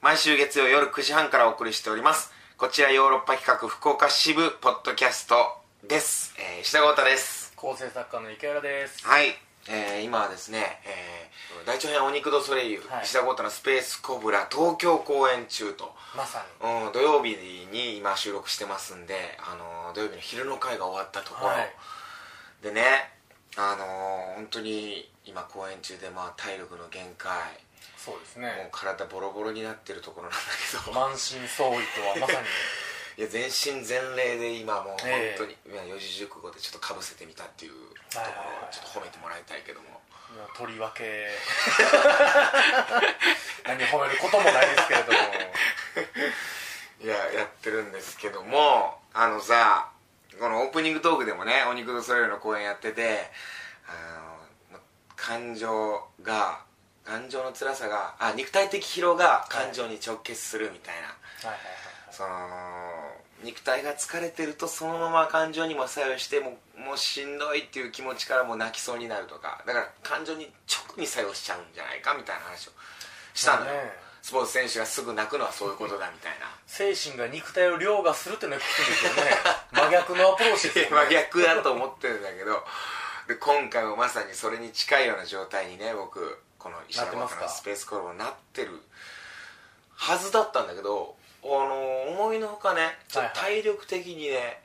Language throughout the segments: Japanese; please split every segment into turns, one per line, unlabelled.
毎週月曜夜9時半からお送りしておりますこちらヨーロッパ企画福岡支部ポッドキャストです、えー、下郷太です
構成作家の池浦です
はい、えー、今はですね、えー、大長編お肉ドソレイユ、
はい
石田郷太のスペースコブラ東京公演中と
まさに
うん、土曜日に今収録してますんで、あのー土曜日の昼の会が終わったところ、
はい
でね、あのー本当に今公演中で、まあ、体力の限界
そうです
もう
ね
体ボロボロになってるところなんだけど、
満身創痍とはまさに
いや全身全霊で今もう本
ええ
当に、いや四字熟語でちょっとかぶせてみたっていうとこ
はいはい
ろ
は
を
い
ちょっと褒めてもらいたいけども、
とりわけ 何を褒めることもないですけれども
いややってるんですけどもあのさこのオープニングトークでもね「お肉とそれより」の公演やっててあの感情が感情の辛さがあ肉体的疲労が感情に直結するみたいな、
はいはい
その肉体が疲れてるとそのまま感情にも作用してもうもうしんどいっていう気持ちからもう泣きそうになるとかだから感情に直に作用しちゃうんじゃないかみたいな話をしたのよ、
まあね
スポーツ選手がすぐ泣くのはそういうことだみたいな
精神が肉体を凌駕するっていうのは聞くんですよね真逆のアプローチです よね
真逆だと思ってるんだけどで今回もまさにそれに近いような状態にね僕この石田
な
の
ってますか
スペースコロボになってるはずだったんだけどあの思いのほかねちょっと
はい
体力的にね、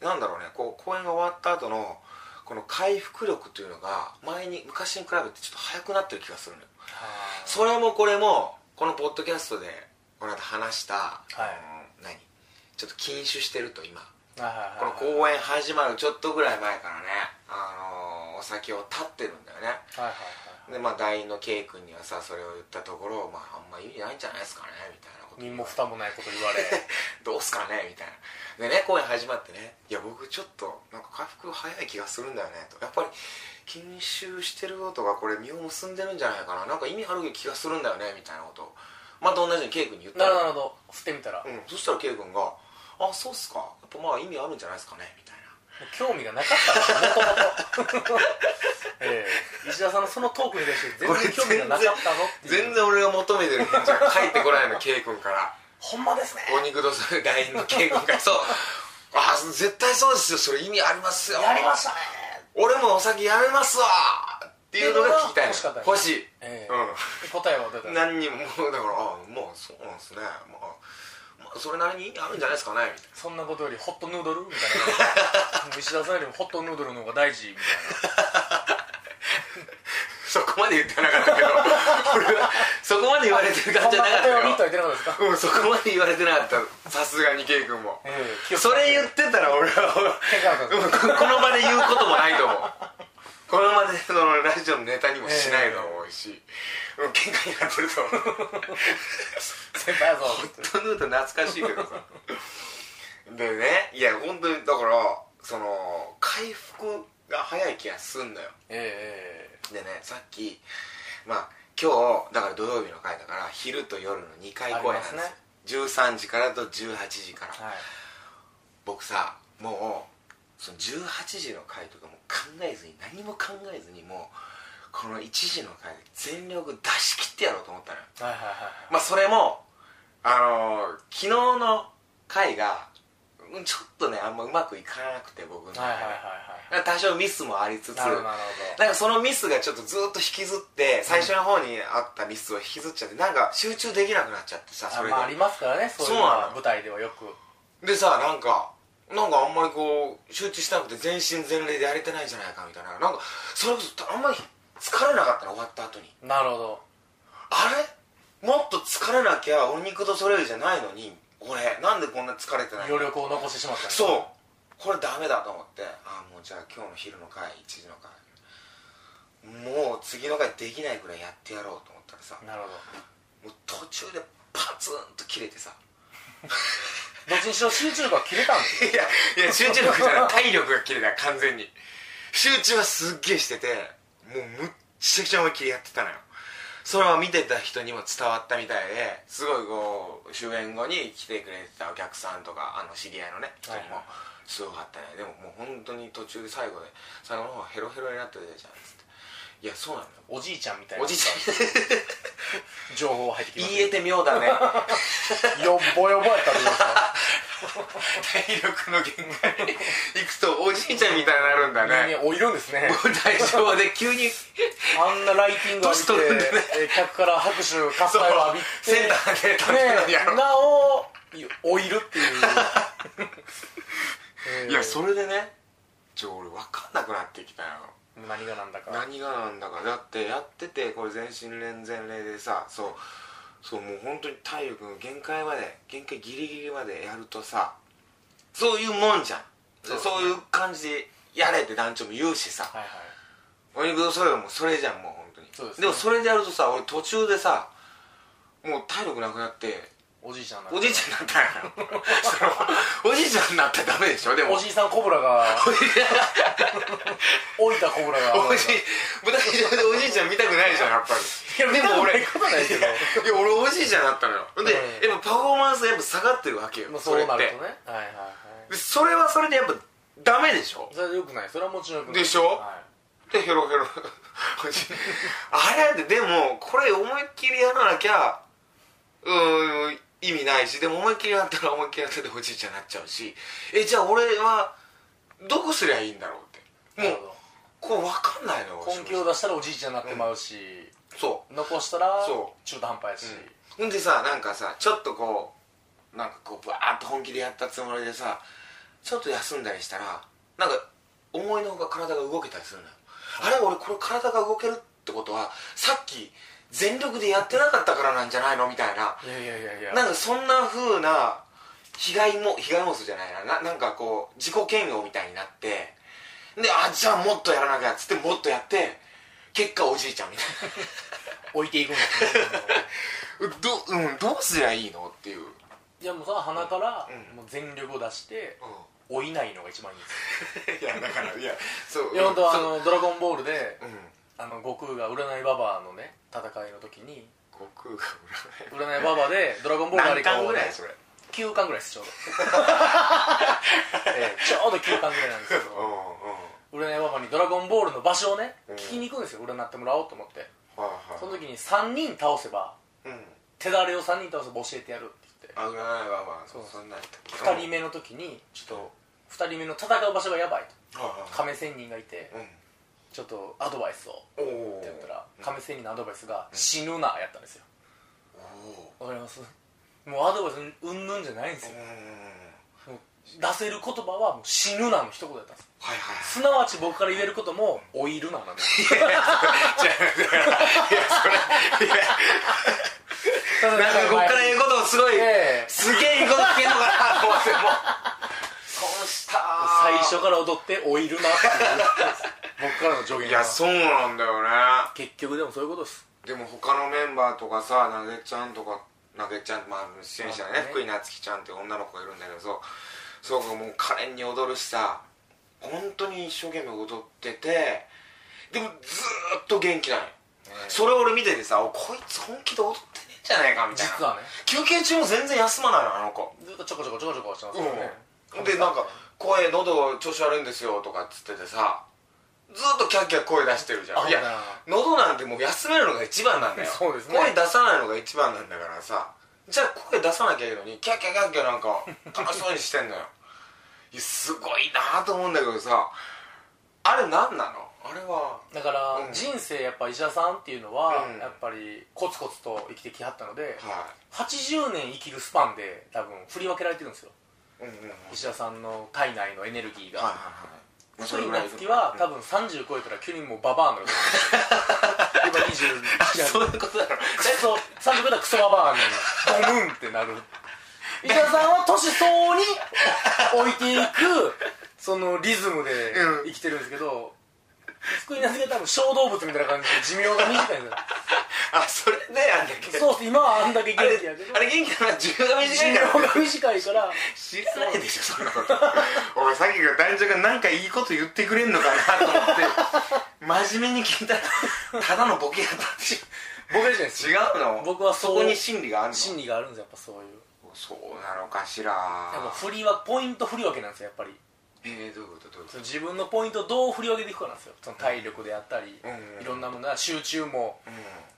なんだろうねこう公演が終わった後のこの回復力というのが前に昔に比べてちょっと早くなってる気がするのよ
はあ
それもこれもこのポッドキャストでこの間話した、あの何ちょっと禁酒してると今
はい
この
はい
公
はい
演始まるちょっとぐらい前からね、あのーお酒を断ってるんだよね
はいはい
でまあ団員の K 君にはさそれを言ったところまああんま意味ないんじゃないですかねみたいなこと
身も蓋もないこと言われ
どうすかねみたいなでね公演始まってねいや僕ちょっとなんか回復早い気がするんだよねとやっぱり禁酒してることがこれ実を結んでるんじゃないかななんか意味ある気がするんだよねみたいなことをまた同じように K 君に言った の
なる
よ
ほど振ってみた
う
ら
ん、そしたら K 君が「あそうっすかやっぱまあ意味あるんじゃないですかね」みたいな
興味がなかったのも ともとええ石田さんのそのトークに対して全
これ
然興味がなかったのっていう
全然俺が求めてる返事が返ってこないの K 君から
ほんまですね
お肉とする LINE の K 君からそうあー絶対そうですよそれ意味ありますよ
やりましたね
俺もお酒やめますわっていうのが聞きたいの
欲しかったね
欲しい、
ええ答えは出た
うん何にももうだからあーもうそうなんですね、まあ、まあそれなりに意味あるんじゃないですかねみたい
そんなことよりホットヌードルみ たいなもう石田さんよりもホットヌードルの方が大事みたい
なそこまで言ってなかったけど俺はそこまで言われてる
な
感じじゃなかった
そんなことよりと
よ
は言ってなかったですか
うん、そこまで言われてなかったさすがに K 君も
ええ
それ言ってたら俺は
気をつけて
う
ください
んここの場で言うこともないと思うこの場でそのラジオのネタにもしないと思うし、うん喧嘩になってると思う
先輩やぞ
ホットヌードル懐かしいけどさでねいや本当にだからその回復が早い気がすんのよ
ええ
でねさっきまあ今日だから土曜日の回だから昼と夜の2回公演なんですよ
ありま
13時からと18時から
ええはい
僕さもうその18時の回とかもう考えずに何も考えずにもうこの1時の回で全力出し切ってやろうと思ったのよ
はいはいはい
まあそれもあのー昨日の回がうんちょっとねあんまうまくいかなくて僕の中で、
はいはいはいはい
多少ミスもありつつ
なるほどなる
なんかそのミスがちょっとずっと引きずって最初の方にあったミスを引きずっちゃってなんか集中できなくなっちゃってさそ
ほ
れ
どまああ
で
りますからねそう
そ
いうの
うなの
は舞台ではよく
でさなんかなんかあんまりこう集中しなくて全身全霊でやれてないんじゃないかみたいななんかそれこそあんまり疲れなかったの終わった後に
なるほど
あれもっと疲れなきゃお肉とそれよりじゃないのに俺なんでこんな疲れてないの
余力を残してしまったね
そうこれダメだと思ってああもうじゃあ今日の昼の回1時の回もう次の回できないくらいやってやろうと思ったらさ
なるほど
もう途中でパツンと切れてさ
どっちにしろ集中力は切れたんですよ
いやいや集中力じゃない体力が切れた完全に集中はすっげえしててもうむっちゃくちゃ思いっきりやってたのよそれは見てた人にも伝わったみたいですごいこう終演後に来てくれてたお客さんとかあの知り合いのね人に
はい
も
はい
すごかったねでももう本当に途中で最後で最後の方ヘロヘロになってたじゃんっつっていやそうなんだ
おじいちゃんみたいな
おじいち
情報入って
ゃん
きま
言えて妙だね
すよっぼよぼやったらいいですか
体力の限界に行くとおじいちゃんみたいになるんだね
人間おいるんですね
もう大丈夫で急に
あんなライティングを
年取るん
見
で
て、えー客から拍手喝采を浴びて
そうセンターで立ってるのにやろう
ねなお老いるっていう、えー
いやそれでねちょ俺分かんなくなってきたよ
何がなんだか
何がなんだかだってやっててこれ全身連全霊でさそうそうもう本当に体力の限界まで限界ギリギリまでやるとさそういうもんじゃんそ,、
そううです
い
ね
う感じでやれって団長も言うしさ
はいはい
お肉とそれはもうそれじゃんもう本当に
そうですね
でもそれでやるとさ俺途中でさもう体力なくなって
おじいちゃんなんか
おじいちゃんになったん やろそのおじいちゃんになったらダメでしょでも
おじいさんコブラが 老いたコブラが
おじい舞台上でおじいちゃん見たくないじゃんやっぱ
いや
り
で
で
も
も
俺
俺
ことないけど
いや俺おじいちゃんだったのよで、
うん
やっぱパフォーマンスがやっぱ下がってるわけよ、
まあ
そ
そう
れ
な
っ
る
て
とねはいはいは
でそれはそれでやっぱダメでしょ
いそれはよくないそれはもちろんよくない
でしょ
は
でヘロヘロ おじいあれでもこれ思いっきりやらなきゃうーん意味ないしでも思いっきりやったら思いっきりやってておじいちゃんになっちゃうしえじゃあ俺はどこすりゃいいんだろうっ
い
ても
なる
う
ほ
こう分かんないのよ
ど根気を
だ
出したらおじいちゃんになってまうし
そう
残したら
そ
中途半端やし
ほんでさなんかさちょっとこうなんかこうバーッと本気でやったつもりでさちょっと休んだりしたらなんか思いのほか体が動けたりするのよあれ俺これ体が動けるってことはさっき全力でやってなかったからなんじゃないのみたいない
やいやいやいや
なんかそんな風な被害も被害妄想じゃないなななんかこう自己嫌悪みたいになってであじゃあもっとやらなきゃっつってもっとやって結果おじいちゃんみたいな
置いてい くんですね
ど,、うん、どうすりゃいいのっていう、うん、
いやもうさ鼻から
うん
もう全力を出して老いないのが一番いいんで す
いやだからいやそう
よいや本当はあ
そう
の「ドラゴンボール」で
うん
あの悟空が占いババアのね戦いの時に
悟空が
占いババアで「ドラゴンボール」
何巻ぐらいそれ
9巻ぐらいですちょうど、ええちょうど9巻ぐらいなんですけ
う
ど
は
占いババに「ドラゴンボール」の場所をね
うん
聞きに行くんですよ占ってもらおうと思って
いはい
その時に3人倒せば
うん
手だれを3人倒せば教えてやるって
あぐらないわまあ
そう
そんなんやったっけ
言って2人目の時にちょっと2人目の戦う場所がやばいと
目はい
亀仙人がいて
はい
ちょっとアドバイスをっ
うんおお
て言ったら亀仙人のアドバイスが「死ぬな」やったんですよ
おお
わかりますもうアドバイスうんぬんじゃないんです
う
よ
ん
もう出せる言葉はもう「死ぬな」の一言だったんです
はいはい
すなわち僕から言えることも「老いるな」なんですただ
なんかこっから言うことをすごい
ええ
すげえいいこと聞けんのかなと思っても うそうした
最初から踊って「老いるな」っていう 僕からの助言
い
が
やそうなんだよね
結局でもそういうことです
でも他のメンバーとかさなげちゃんとかなげちゃんまあ出演者のね
まあね
福井夏樹ちゃんっていう女の子がいるんだけどそうそうかもう可憐に踊るしさ本当に一生懸命踊っててでもずーっと元気なのよ、それを俺見ててさおこいつ本気で踊ってねえんじゃないかみたいな
実はね
休憩中も全然休まないのあの子
ずっとちょこちょこちょこちょこしてますよね
うんでなんか「声喉調子悪いんですよ」とかっつっててさずーっとキャッキャ声出してるじゃ
あ
んい
ほ
や
ら
喉なんてもう休めるのが一番なんだよ
そうですね
声出さないのが一番なんだからさじゃあ声出さなきゃいいのにキャッキャキャッキャなんか楽しそうにしてんのよ いやすごいなと思うんだけどさあれ何なのあれは
だから
うん
人生やっぱ医者さんっていうのは
うん
やっぱりコツコツと生きてきはったので
は
80年生きるスパンで多分振り分けられてるんですよ
いうんうんうんはい
医者さんの体内のエネルギー
はいは
が
いまあそ
福
れ
井
ぐらい
夏樹は多分30超えたら急にもうババアになる今 27
そういうことだろ
クソ三十だクソババアにゴムンって なる伊沢さんは年相応に置いていくそのリズムで
うん
生きてるんですけど、福井なすは多分小動物みたいな感じで寿命が短いんです
あそれでやんだっ け
よそうっす今はあんだけ
あ
元
れ
気やけど
あれ元気だな寿命が
寿
短い
命
から
が短いから
知らないでしょそんなこと俺さっきから男女がなんかいいこと言ってくれんのかなと思って真面目に聞いたらただのボケやったって
僕らじゃないです
違うの
僕は
そ
そう
こに真理があるの
心理があるんですよやっぱそういう
そうなのかし
やっぱ
ら
振りはポイント振り分けなんですよやっぱり
えー、どういうことどういうこ
その自分のポイントをどう振り分けていくかなんですよその体力であったり、
うんうん
いろんなものが集中も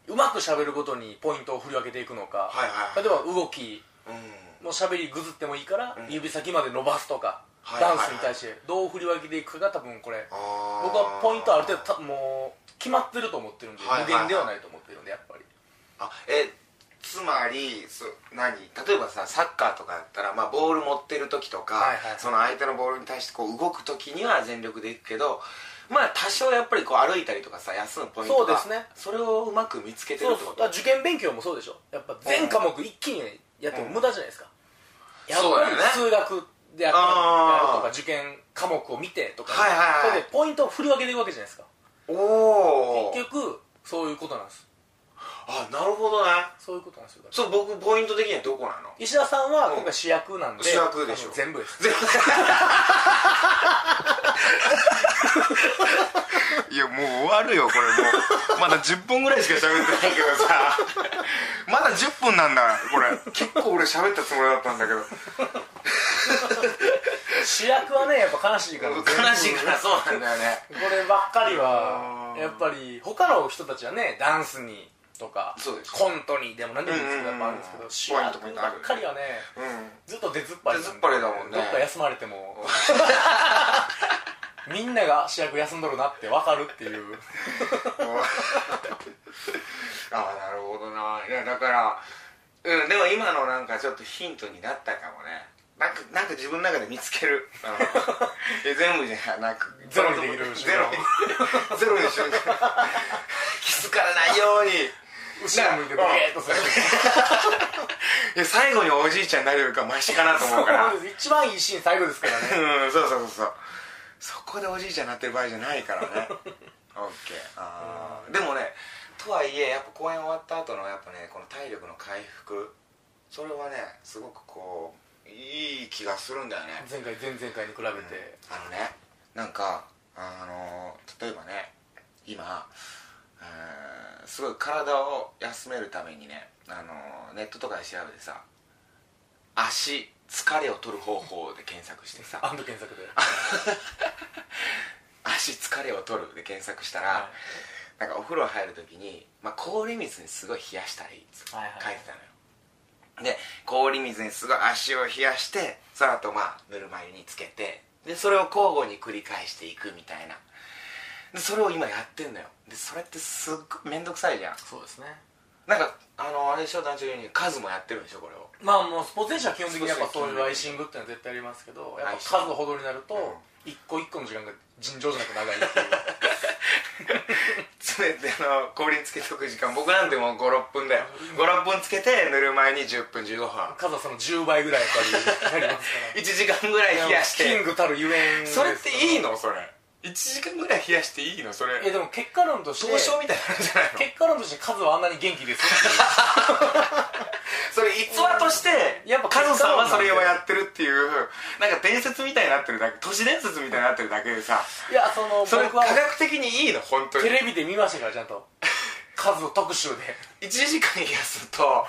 とうん
うまくしゃべることにポイントを振り分けていくのか、
はいはいはい
例えば動き
うん
もうしゃべりぐずってもいいから、
うん
指先まで伸ばすとか、
はいはいはい
ダンスに対してどう振り分けていくかが多分これ
あー
僕はポイントある程度たもう決まってると思ってるんで、
はいはいはい
無限ではないと思ってるんでやっぱり
あえつまりそ何例えばさサッカーとかだったら、まあ、ボール持ってる時とか、
はいはい
その相手のボールに対してこう動く時には全力でいくけどまあ多少やっぱりこう歩いたりとかさ休むポイントが
そうですね
それをうまく見つけてる
そう
ってこ
そう
と
だから受験勉強もそうでしょやっぱ全科目一気にやっても無駄じゃないですか、やっ
そうだ
ぱ
よ
り
ね
数学であったり
あー
やるとか受験科目を見てとか、
はいはいはい
それでポイントを振り分けていくわけじゃないですか
おお
結局そういうことなんです
あなるほどね
そういうことなんですよ
そう僕ポイント的にはどこな の
石田さんは
うん
今回主役なんで、
主役でしょ
あの全部です
全部いやもう終わるよこれもうまだ10分ぐらいしか喋ってないけどさまだ10分なんだこれ結構俺喋ったつもりだったんだけど
主役はねやっぱ悲しいか ら
悲しいからそうなんだよね
こればっかり
あ
は
ー
やっぱり他の人たちはねダンスにとか
そうです
コントにでも何でもいいんですけど
うん
や
うんうん
っぱあるんですけど主
ポイントポイン
役
トあ
ば
る
っかりはね
うん
ずっと出ずっぱりなんで
出ずっぱりだもんね
どっか休まれ てもみんなが主役休んどるなって分かるっていう
ああなるほどないやだからうんでも今のなんかちょっとヒントになったかもねなんかなんか自分の中で見つけるあ のいや全部じゃなく
ゼロにできる瞬間
ゼロにゼロに瞬間 気づかれないように
後ろ向いてボケーっとする
いや最後におじいちゃんになれるかマシかなと思うから
そうです一番いいシーン最後ですからね
うんそうそうそうそうそこでおじいちゃんになってる場合じゃないからねオッケーあーでもねとはいえやっぱ公演終わった後のやっぱねこの体力の回復それはねすごくこういい気がするんだよね
前回前々回に比べて
あのねなんかあの例えばね今、えーすごい体を休めるためにねあのネットとかで調べてさ足疲れを取る方法で検索してさ
アンド検索で
足疲れを取るで検索したら、
は
なんかお風呂入る時に、まあ、氷水にすごい冷やしたらいいって書い
はいはい
てたのよ、で氷水にすごい足を冷やしてその後まあぬるま湯につけてでそれを交互に繰り返していくみたいなでそれを今やってんのよでそれってすっごい面倒くさいじゃん
そうですね
なんかあのあれでしょ団長言うようにカズもやってるんでしょこれを
まあもうスポーツ選手は基本的にやっぱそういうアイシングっていうのは絶対ありますけどやっぱ数ほどになると一個一個の時間が尋常じゃなく長 いっていう
全てあの氷につけとく時間僕なんてもう56分だよ56分つけてぬるま湯に10分15分
数はその10倍ぐらいやっぱりなりますか
1時間ぐら い
ら
冷やして
キングたるゆえん
それっていい
の
のそれ1時間ぐらい冷やしていいのそれ
えでも結果論として
凍傷みたいになるんじゃないの
結果論として数はあんなに元気ですっていう
それ逸話として
やっぱ
カズさんはそれをやってるっていうなんか伝説みたいになってるだけ都市伝説みたいになってるだけでさ
いやその
それ
僕
科
は
学的にいいの本当に
テレビで見ましたからちゃんと数を特 集で
1時間冷やすと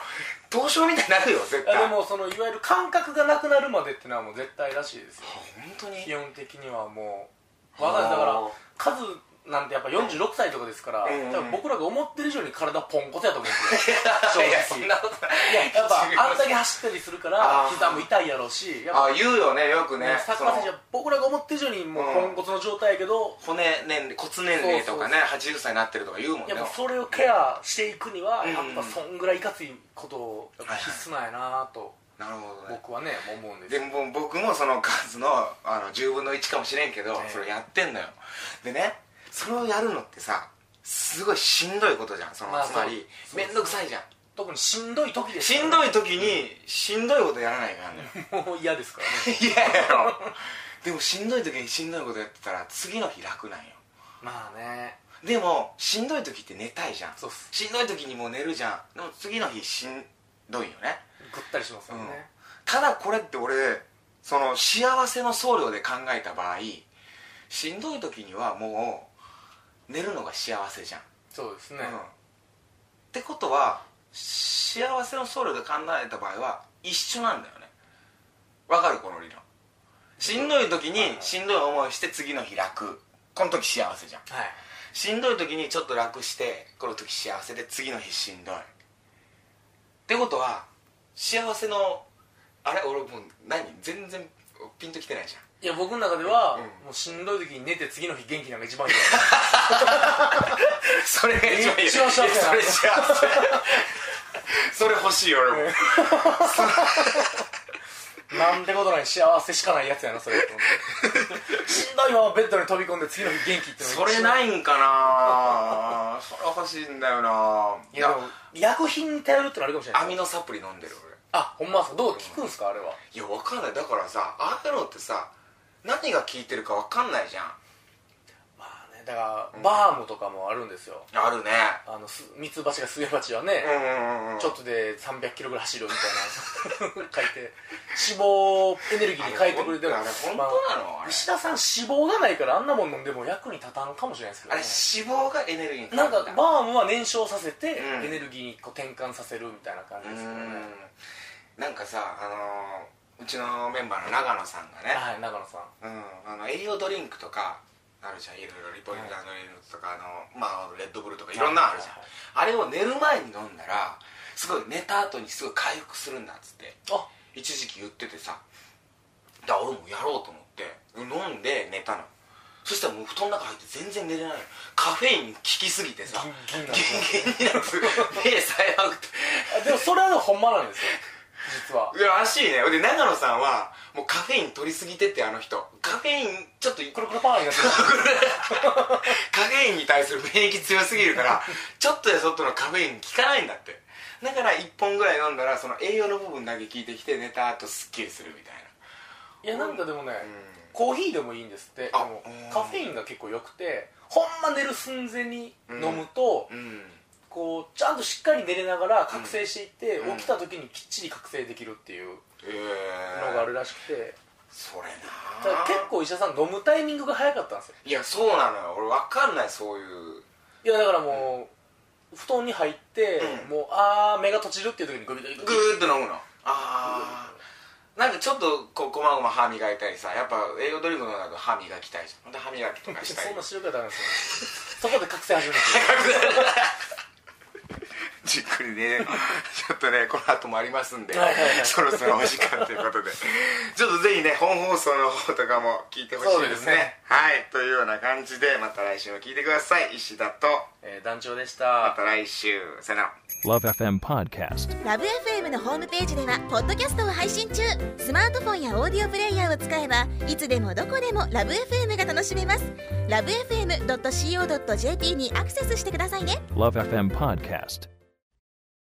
凍傷みたいになるよ絶
いや
対
でもそのいわゆる感覚がなくなるまでってのはもう絶対らしいですよ
本当に
基本的にはもう
はあ
わかんないだから数なんてやっぱ46歳とかですから、
うんうん
多分僕らが思ってる以上に体ポンコツやと思うんですよ
いやそ
正直
んなことない
いややっぱあんだけ走ったりするから
あー
膝も痛いやろうしやっぱ
あ言うよねよくね
サッカー選手は僕らが思ってる以上にもうポンコツの状態やけど、
その骨年齢骨年齢とかね80歳になってるとか言うもんね
やっぱそれをケアしていくには、
うん
やっぱそんぐらいいかついことをやっぱ必須なんやなと
なるほどね
僕はね思うんです
で
よ
も僕もその数のあの10分の1かもしれんけど、
ええ
それやってんのよでねそれをやるのってさすごいしんどいことじゃんその、
まあ
つまり
そう
面倒くさいじゃん
特にしんどい時です
しんどい時にしんどいことやらないからね
もう嫌ですから ね
いややろでもしんどい時にしんどいことやってたら次の日楽なんよ
まあね
でもしんどい時って寝たいじゃん
そうっす
しんどい時にもう寝るじゃんでも次の日しんどいよね
ぐったりしますよね、
うんただこれって俺その幸せの総量で考えた場合しんどい時にはもう寝るのが幸せじゃん、
そうです
う
ね、
んってことは幸せの総量で考えた場合は一緒なんだよねわかるこの理論しんどい時にしんどい思いして次の日楽この時幸せじゃん
はい
しんどい時にちょっと楽してこの時幸せで次の日しんどいってことは幸せのあれ俺もう何全然ピンときてないじゃん
いや僕の中では、
うん
もうしんどい時に寝て次の日元気なんか 一番いいよ
それが一 番いい
一番幸せだ
それ幸せそれ欲しいよ俺も
なんてことない幸せしかないやつやなそ れと思ってしんどいままベッドに飛び込んで次の日元気って
それないいんかなそれ欲しいんだよない
や医薬品に頼るってのあるかもしれない
アミノサプリ飲んでる俺
あほんまっすかどう聞くんすかあれはい
やわかんないだからさああいうのってさ何が効いてるかわかんないじゃん
まあねだからバームとかもあるんですよ
あるね
あのすミツバチがスズメバチはね、
うんうんうん
ちょっとで3 0 0キロぐらい走るよみたいな 書いて脂肪エネルギーに変えてくれてる
あれほんあれ本当なの
ま
あれ
石田さん脂肪がないからあんなもん飲んでも役に立たんかもしれないですけど、
あれ
ね
脂、肪がエネルギーに変
な
わ
ん
る
かバームは燃焼させて
うん
エネルギーにこう転換させるみたいな感じ
う
ですけどね、
んなんかさあのーうちのメンバーの長野さんがね、
はい長野さ
う
ん
ん、あの栄養ドリンクとかあるじゃんいろいろリポリタンドリンクとか、あのまあレッドブルとかいろんなのあるじゃん、
はい
あれを寝る前に飲んだらすごい寝た後にすごい回復するんだっつって
あ
一時期言っててさだから俺もやろうと思って飲んで寝たのそしたらもう布団の中入って全然寝れないのカフェイン効きすぎてさ
ギンギンなの
ギンギンになって目さえ合うって
あでもそれはでもほんまなんですよ実はい
やらしいねで長野さんはもうカフェイン取りすぎてってあの人カフェインちょっと
くるくるパーになってる
カフェインに対する免疫強すぎるからちょっとやそっとのカフェイン効かないんだってだから1本ぐらい飲んだらその栄養の部分だけ効いてきて寝た後すっきりするみたい
いやなんかでもね、
な
コーヒーでもいいんですってで
あ
も
うん
カフェインが結構良くてほんま寝る寸前に飲むと、
うん、うん、
こうちゃんとしっかり寝れながら覚醒していって、
うん
起きた時にきっちり覚醒できるっていう
えー、
のがあるらしくて、
それ
だ
な
から結構医者さん飲むタイミングが早かったんですよ
いやそうなのよ俺わかんないそういう
いやだからもう、布団に入って、
うん
もうあー目が閉じるっていう時にグビグビグ
グ
ビ
ーッと飲むのあーなんかちょっとこうこまごま歯磨いたりさやっぱ栄養ドリンク飲んだと歯磨きたいじゃんほんで歯磨きとかした
そ
り
んな白くはダメなんですよそこで覚醒始めるんですよ
じっくりねちょっとねこの後もありますんで
はいはいはい
そろそろお時間ということでちょっとぜひね本放送の方とかも聞いてほしい
そう
で
ですす
ね
ね
はいというような感じでまた来週も聞いてください石田と
えー団長でし
また
た
来週さよなら
Love FM Podcast.
ラブ f m のホームページではポッドキャストを配信中スマートフォンやオーディオプレイヤーを使えばいつでもどこでもラブ f m が楽しめますラブ FM.co.jp にアクセスしてくださいね
Love FM Podcast.